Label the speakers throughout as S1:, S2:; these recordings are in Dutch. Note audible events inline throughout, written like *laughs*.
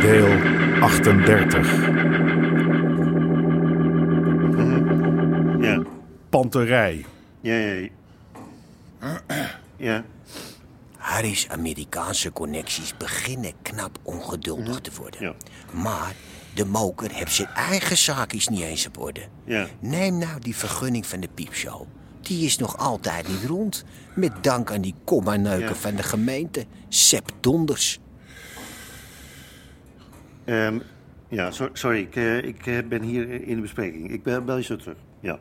S1: Deel 38.
S2: Ja,
S1: Panterij.
S2: ja, ja. ja. Ja,
S3: Harry's Amerikaanse connecties beginnen knap ongeduldig te worden.
S2: Mhm. Ja.
S3: Maar de moker heeft zijn eigen zaakjes niet eens op orde.
S2: Ja.
S3: Neem nou die vergunning van de piepshow. Die is nog altijd niet rond. Met dank aan die komma-neuken
S2: Ja.
S3: van de gemeente. Sepp Donders.
S2: Ehm, ja so- sorry, ik, eh, ik eh, ben hier in de bespreking. Ik bel, bel je zo terug. Ja.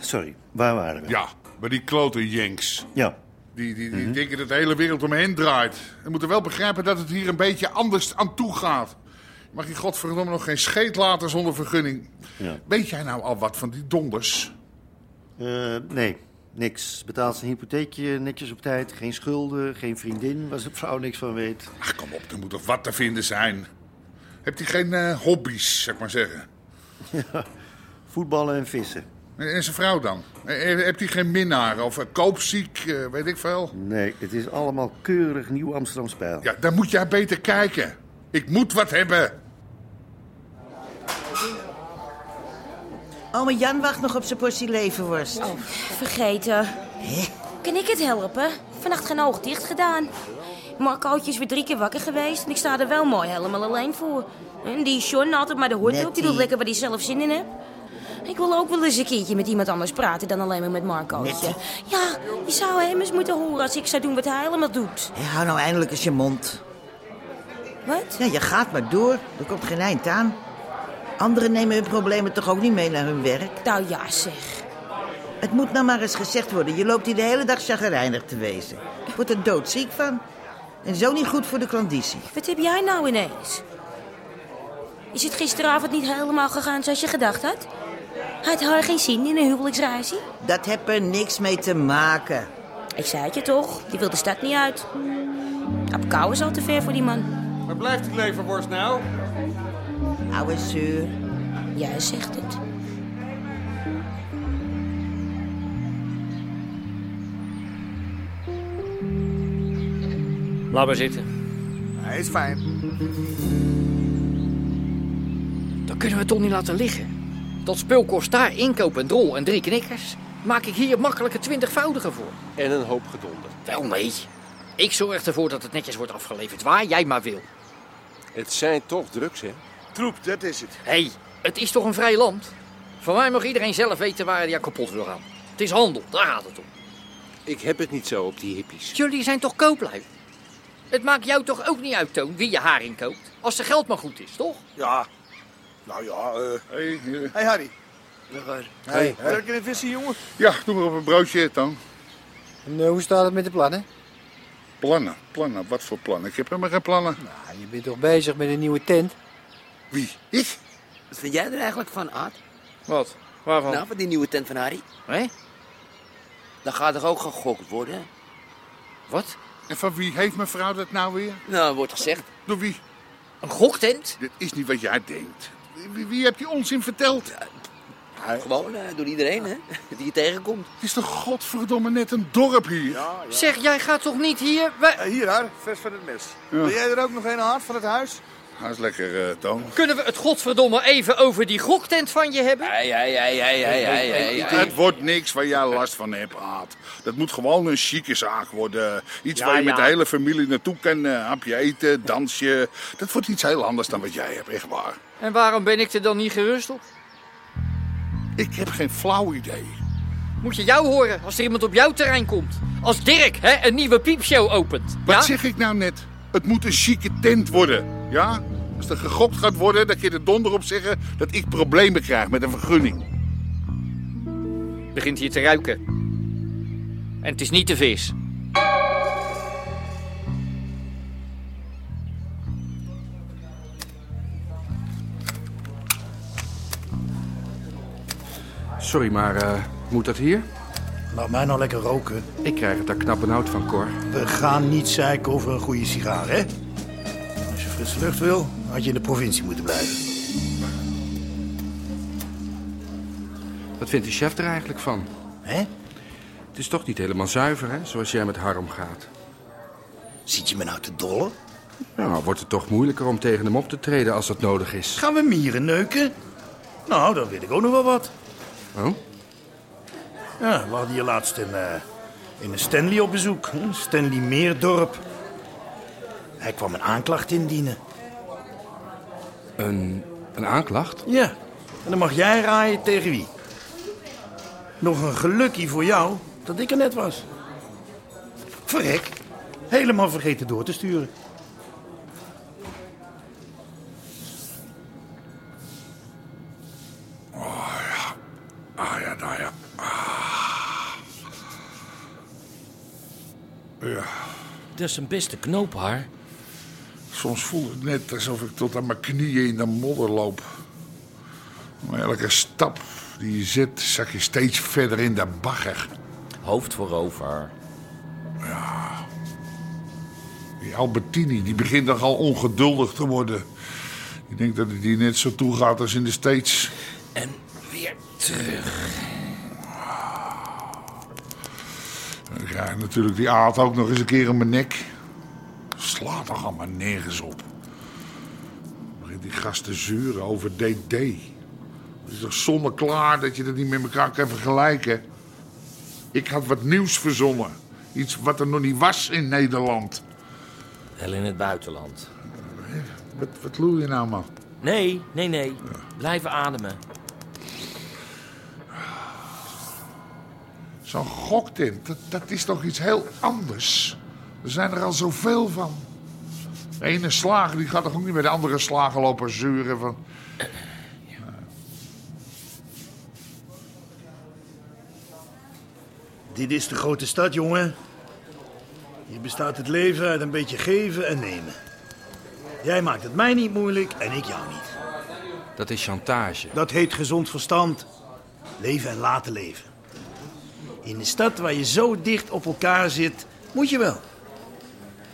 S2: Sorry, waar waren we?
S4: Ja, maar die klote jenks.
S2: Ja,
S4: Die, die, die denken dat de hele wereld om me heen draait. En moeten wel begrijpen dat het hier een beetje anders aan toe gaat. Je mag je godverdomme nog geen scheet laten zonder vergunning.
S2: Ja.
S4: Weet jij nou al wat van die donders?
S2: Eh, nee, niks. Betaalt zijn hypotheekje eh, netjes op tijd. Geen schulden, geen vriendin waar zijn vrouw niks van weet.
S4: Ach, kom op, er moet toch wat te vinden zijn? Heb hij geen eh, hobby's, zeg maar zeggen?
S2: Voetballen en vissen.
S4: En, en zijn vrouw dan? Eh, eh, Hebt hij geen minnaar of eh, koopziek, eh, weet ik veel?
S2: Nee, het is allemaal keurig nieuw Amsterdam spijl.
S4: Ja, dan moet jij beter kijken. Ik moet wat hebben.
S5: Ome Jan wacht nog op zijn portie leverworst.
S6: Vergeten. Kan ik het helpen? Vannacht geen oog dicht gedaan. Marcootje is weer drie keer wakker geweest en ik sta er wel mooi helemaal alleen voor. En die John altijd maar de hoort op, die doet
S5: Nettie.
S6: lekker waar hij zelf zin in heeft. Ik wil ook wel eens een keertje met iemand anders praten dan alleen maar met Marcootje. Ja, je zou hem eens moeten horen als ik zou doen wat hij helemaal doet.
S5: Hé, hou nou eindelijk eens je mond.
S6: Wat?
S5: Ja, je gaat maar door. Er komt geen eind aan. Anderen nemen hun problemen toch ook niet mee naar hun werk?
S6: Nou ja zeg.
S5: Het moet nou maar eens gezegd worden. Je loopt hier de hele dag chagrijnig te wezen. Wordt er doodziek van. En zo niet goed voor de klandizie.
S6: Wat heb jij nou ineens? Is het gisteravond niet helemaal gegaan zoals je gedacht had? Had haar geen zin in een huwelijksreisie?
S5: Dat heeft er niks mee te maken.
S6: Ik zei het je toch, die wil de stad niet uit. Op kou is al te ver voor die man.
S7: Waar blijft die leverworst nou?
S5: Oude zeur.
S6: Jij zegt het.
S8: Laat maar zitten.
S9: Hij is fijn.
S8: Dat kunnen we toch niet laten liggen? Dat spul kost daar inkoop en drol en drie knikkers. Maak ik hier makkelijke twintigvoudige voor.
S7: En een hoop gedonder.
S8: Wel nee. Ik zorg ervoor dat het netjes wordt afgeleverd, waar jij maar wil.
S7: Het zijn toch drugs, hè?
S9: Troep, dat is het.
S8: Hé, hey, het is toch een vrij land? Van mij mag iedereen zelf weten waar hij aan kapot wil gaan. Het is handel, daar gaat het om.
S7: Ik heb het niet zo op die hippies.
S8: Jullie zijn toch kooplui? Het maakt jou toch ook niet uit, Toon, wie je haring koopt? Als de geld maar goed is, toch?
S9: Ja. Nou ja, eh.
S4: Hey, eh,
S9: Hey Harry. Hey. Hey. Werk je in vissen, jongen?
S4: ja, doe maar op een broodje, dan.
S10: En eh, hoe staat het met de plannen?
S4: Plannen, plannen, wat voor plannen? Ik heb helemaal geen plannen.
S10: Nou, je bent toch bezig met een nieuwe tent?
S4: Wie? Ik?
S11: Wat vind jij er eigenlijk van, Aad?
S8: Wat? Waarvan?
S11: Nou, van die nieuwe tent van Harry.
S8: Hé?
S11: Dan gaat er ook gegokt worden.
S8: Wat?
S4: En van wie heeft mevrouw dat nou weer?
S11: Nou, wordt gezegd.
S4: Door wie?
S8: Een goktent?
S4: Dit is niet wat jij denkt. Wie, wie heb die onzin verteld?
S11: Gewoon eh, door iedereen, hè? *laughs* Die je tegenkomt.
S4: Het is toch godverdomme net een dorp hier?
S8: Zeg, jij gaat toch niet hier? Wij-
S9: Eh, hier, Har. Vers van het mes. Wil jij er ook nog een haard van het huis?
S4: Dat is lekker, eh, Toon.
S8: Kunnen we het godverdomme even over die goktent van je hebben?
S11: Hei, hei, hei, hei, hei, hei, hei, hei.
S4: Het wordt niks waar jij last van hebt, Aad. Dat moet gewoon een chique zaak worden. Iets waar je met de hele familie naartoe kan. eh, hapje eten, dansje. Dat wordt iets heel anders dan wat jij hebt, echt waar.
S8: En waarom ben ik er dan niet gerust op?
S4: Ik heb geen flauw idee.
S8: Moet je jou horen als er iemand op jouw terrein komt? Als Dirk hè, een nieuwe piepshow opent.
S4: Wat
S8: ja?
S4: zeg ik nou net? Het moet een chique tent worden, ja? Als er gegokt gaat worden, dat je er donder op zeggen dat ik problemen krijg met een vergunning.
S8: begint hier te ruiken. En het is niet de vis.
S12: Sorry, maar eh, moet dat hier?
S2: Laat mij nou lekker roken.
S12: Ik krijg het daar knap en hout van, Cor.
S2: We gaan niet zeiken over een goede sigaar, hè? Als je frisse lucht wil, had je in de provincie moeten blijven.
S12: Wat vindt de chef er eigenlijk van?
S2: Hè?
S12: Het is toch niet helemaal zuiver, hè? Zoals jij met Harm gaat.
S2: Zit je me nou te dollen?
S12: Nou, wordt het toch moeilijker om tegen hem op te treden als dat nodig is.
S2: Gaan we mieren neuken? Nou, dan weet ik ook nog wel wat.
S12: Oh?
S2: Ja, we hadden hier laatst een, eh, in een Stanley op bezoek. hè, Stanley Meerdorp. Hij kwam een aanklacht indienen.
S12: Een, een aanklacht?
S2: Ja, en dan mag jij raaien tegen wie. Nog een gelukkie voor jou dat ik er net was. Verrek, helemaal vergeten door te sturen.
S4: Ah ja, nou ja. Ja,
S13: Dat is Dus een beste knoop, haar.
S4: soms voel ik net alsof ik tot aan mijn knieën in de modder loop. Maar elke stap die je zet, zak je steeds verder in de bagger.
S13: Hoofd voorover.
S4: Die Albertini, die begint toch al ongeduldig te worden. Ik denk dat het hier net zo toe gaat als in de States.
S13: En weer terug.
S4: Ja, en natuurlijk die aat ook nog eens een keer in mijn nek. Slaat toch allemaal nergens op. Begint die gast te zuren over DD. Het is toch zonneklaar dat je dat niet met elkaar kan vergelijken. Ik had wat nieuws verzonnen. Iets wat er nog niet was in Nederland.
S13: Wel in het buitenland.
S4: Wat, wat loer je nou, man?
S13: Nee, nee, nee. Blijven ademen.
S4: Zo'n goktint, dat, dat is toch iets heel anders. Er zijn er al zoveel van. De ene slager die gaat toch ook niet met de andere slager lopen zuren van...
S2: Dit is de grote stad, jongen. Hier bestaat het leven uit een beetje geven en nemen. Jij maakt het mij niet moeilijk en ik jou niet.
S12: Dat is chantage.
S2: Dat heet gezond verstand. Leven en laten leven. In een stad waar je zo dicht op elkaar zit, moet je wel.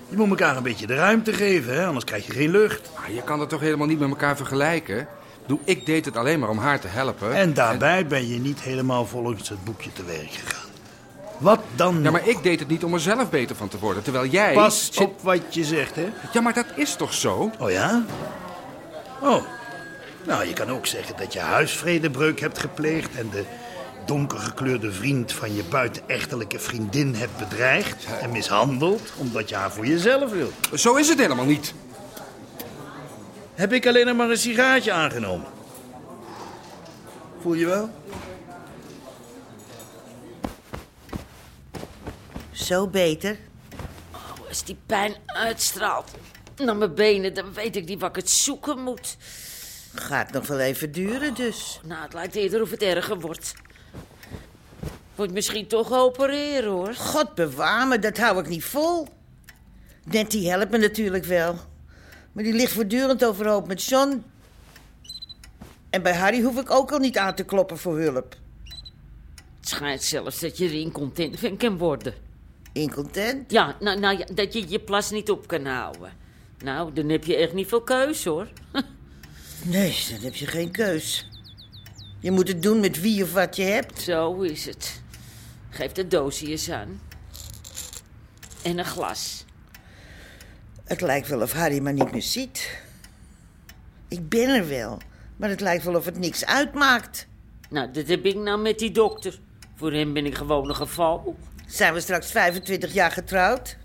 S2: Je moet elkaar een beetje de ruimte geven, hè? anders krijg je geen lucht.
S12: Maar Ah, je kan dat toch helemaal niet met elkaar vergelijken? Ik bedoel, ik deed het alleen maar om haar te helpen.
S2: En daarbij ben je niet helemaal volgens het boekje te werk gegaan. Wat dan?
S12: Ja, maar ik deed het niet om er zelf beter van te worden, terwijl jij...
S2: Pas
S12: zit-
S2: op wat je zegt, hè?
S12: Ja, maar dat is toch zo?
S2: Oh ja? Oh. Nou, je kan ook zeggen dat je huisvredebreuk hebt gepleegd en de donkergekleurde vriend van je buitenechtelijke vriendin hebt bedreigd en mishandeld omdat je haar voor jezelf wil.
S12: Zo is het helemaal niet.
S2: Heb ik alleen nog maar een sigaartje aangenomen? Voel je wel?
S14: Zo beter.
S6: Als die pijn uitstraalt naar mijn benen, dan weet ik niet wat ik het zoeken moet.
S14: Gaat nog wel even duren, dus.
S6: Nou, het lijkt eerder of het erger wordt. Wordt misschien toch geopereerd, hoor.
S14: God bewaar me, dat hou ik niet vol. Nettie helpt me natuurlijk wel. Maar die ligt voortdurend overhoop met John. En bij Harry hoef ik ook al niet aan te kloppen voor hulp.
S6: Het schijnt zelfs dat je er incontinent van kan worden.
S14: Incontent?
S6: Ja, nou, nou, ja, dat je je plas niet op kan houden. Nou, dan heb je echt niet veel keus, hoor.
S14: Nee, dan heb je geen keus. Je moet het doen met wie of wat je hebt.
S6: Zo is het. Geef de doosje eens aan. En een glas.
S14: Het lijkt wel of Harry me niet meer ziet. Ik ben er wel, maar het lijkt wel of het niks uitmaakt.
S6: Nou, dat heb ik nou met die dokter. Voor hem ben ik gewoon een geval.
S14: Zijn we straks 25 jaar getrouwd?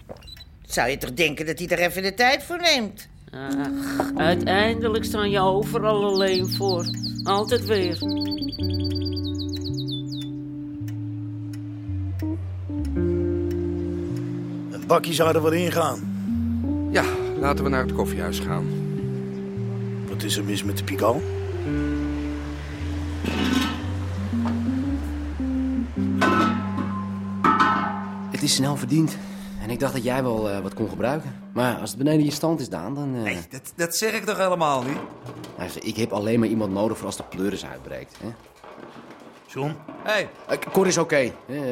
S14: Zou je toch denken dat hij er even de tijd voor neemt?
S6: Ach, uiteindelijk staan je overal alleen voor. Altijd weer.
S2: Een bakje zou er wel ingaan.
S12: Ja, laten we naar het koffiehuis gaan.
S2: Wat is er mis met de Pikal?
S8: is snel verdiend. En ik dacht dat jij wel eh, wat kon gebruiken. Maar als het beneden je stand is, Daan, dan... Nee,
S14: Dat, dat zeg ik toch helemaal niet?
S8: ik heb alleen maar iemand nodig voor als de pleuris uitbreekt. Hè?
S15: John?
S8: Hé. Hey. Cor is oké. Eh,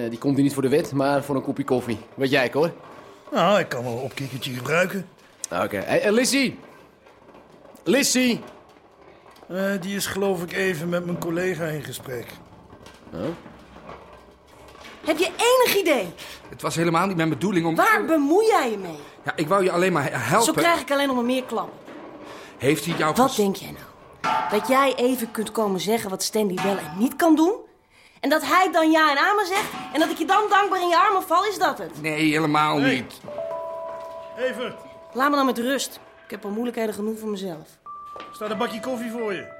S8: die komt hier niet voor de wet, maar voor een kopje koffie. Wat jij, Cor?
S15: Nou, ik kan wel een opkikkertje gebruiken.
S8: Oké. Hey, eh, Lizzie! Lizzie!
S16: Eh, die is geloof ik even met mijn collega in gesprek.
S6: Heb je enig idee?
S17: Het was helemaal niet mijn bedoeling om...
S6: Waar bemoei jij je mee?
S17: Ja, ik wou je alleen maar he- helpen.
S6: Zo krijg ik alleen nog maar meer klappen.
S17: Heeft hij jou...
S6: Wat denk jij nou? Dat jij even kunt komen zeggen wat Stanley wel en niet kan doen? En dat hij dan ja en amen zegt? En dat ik je dan dankbaar in je armen val? Is dat het?
S17: Nee, helemaal niet.
S16: Evert,
S6: Laat me dan met rust. Ik heb al moeilijkheden genoeg voor mezelf.
S16: staat een bakje koffie voor je.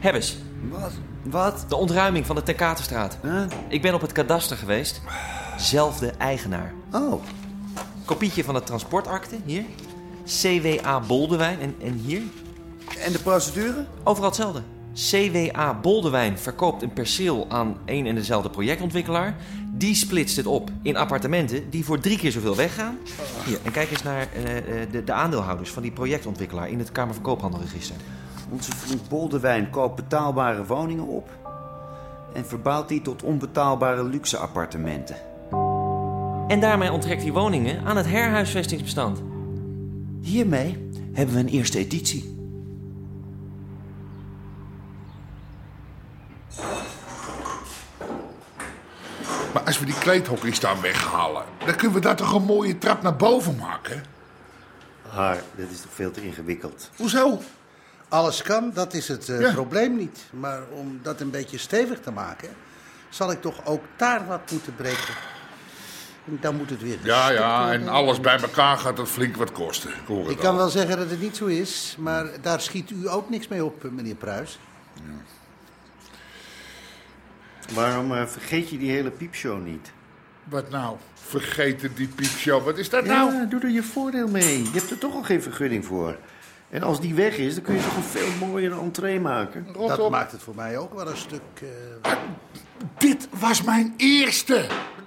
S14: Hebbes. Wat? Wat? De ontruiming van de Ter Katerstraat. Ik ben op het kadaster geweest. Zelfde eigenaar. Oh. Kopietje van de transportakte, hier. CWA Boldewijn en, en hier. En de procedure? Overal hetzelfde. CWA Boldewijn verkoopt een perceel aan één en dezelfde projectontwikkelaar. Die splitst het op in appartementen die voor drie keer zoveel weggaan. Hier, en kijk eens naar eh, eh, de, de aandeelhouders van die projectontwikkelaar in het Kamer van Koophandelregister.
S2: Onze vriend Boldewijn koopt betaalbare woningen op en verbouwt die tot onbetaalbare luxe appartementen.
S14: En daarmee onttrekt hij woningen aan het herhuisvestingsbestand.
S2: Hiermee hebben we een eerste editie.
S4: Maar als we die kleedhokjes dan weghalen, dan kunnen we daar toch een mooie trap naar boven maken?
S2: Maar Ah, dat is toch veel te ingewikkeld.
S12: Hoezo? Alles kan, dat is het eh,
S2: Ja.
S12: probleem niet. Maar om dat een beetje stevig te maken, zal ik toch ook daar wat moeten breken. En Dan moet het weer. dus.
S4: Ja, ja, en alles bij elkaar gaat dat flink wat kosten. Ik hoor het
S12: Ik kan
S4: al.
S12: wel zeggen dat het niet zo is, maar daar schiet u ook niks mee op, eh, meneer Pruis.
S2: Waarom eh, vergeet je die hele piepshow niet?
S4: Wat nou? Vergeten die piepshow, wat is dat
S2: ja,
S4: nou?
S2: doe er je voordeel mee. Je hebt er toch al geen vergunning voor. En als die weg is, dan kun je toch een veel mooiere entree maken.
S4: Rot Dat op. maakt
S2: het
S12: voor mij ook wel een stuk... eh,
S4: Dit was mijn eerste.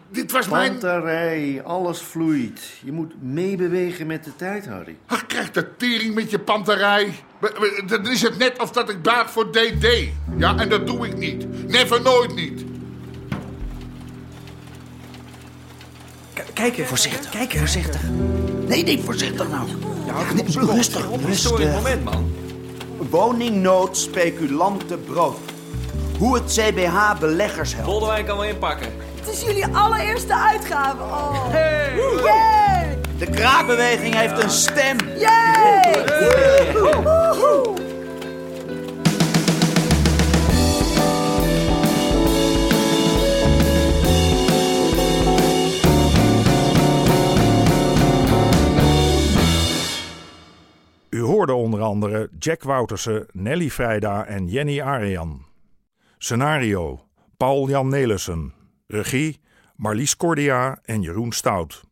S4: Dit was mijn...
S12: eh,
S2: Panterij, alles vloeit. Je moet meebewegen met de tijd, Harry.
S4: Ach, krijg de tering met je panterij. We- we- Dan is het net of dat ik baat voor DD. Ja, en dat doe ik niet. Never nooit niet.
S14: Kijk voorzichtig. Kijk voorzichtig.
S18: Nee, nee, voorzichtig nou.
S14: rustig, rustig. moment, man.
S18: Woningnood, speculanten, brood. Hoe het CBH beleggers helpt.
S14: Boldewijn kan wel inpakken.
S19: Het is jullie allereerste uitgave. Oh.
S14: Hey.
S19: Yay!
S18: De kraakbeweging heeft een stem.
S19: Yay! Woehoe!
S1: U hoorde onder andere Jack Woutersen, Nelly Vrijda en Jenny Arian. Scenario: Paul-Jan Nelissen. Regie: Marlies Cordia en Jeroen Stout.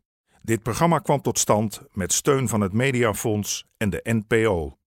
S1: Dit programma kwam tot stand met steun van het Mediafonds en de NPO.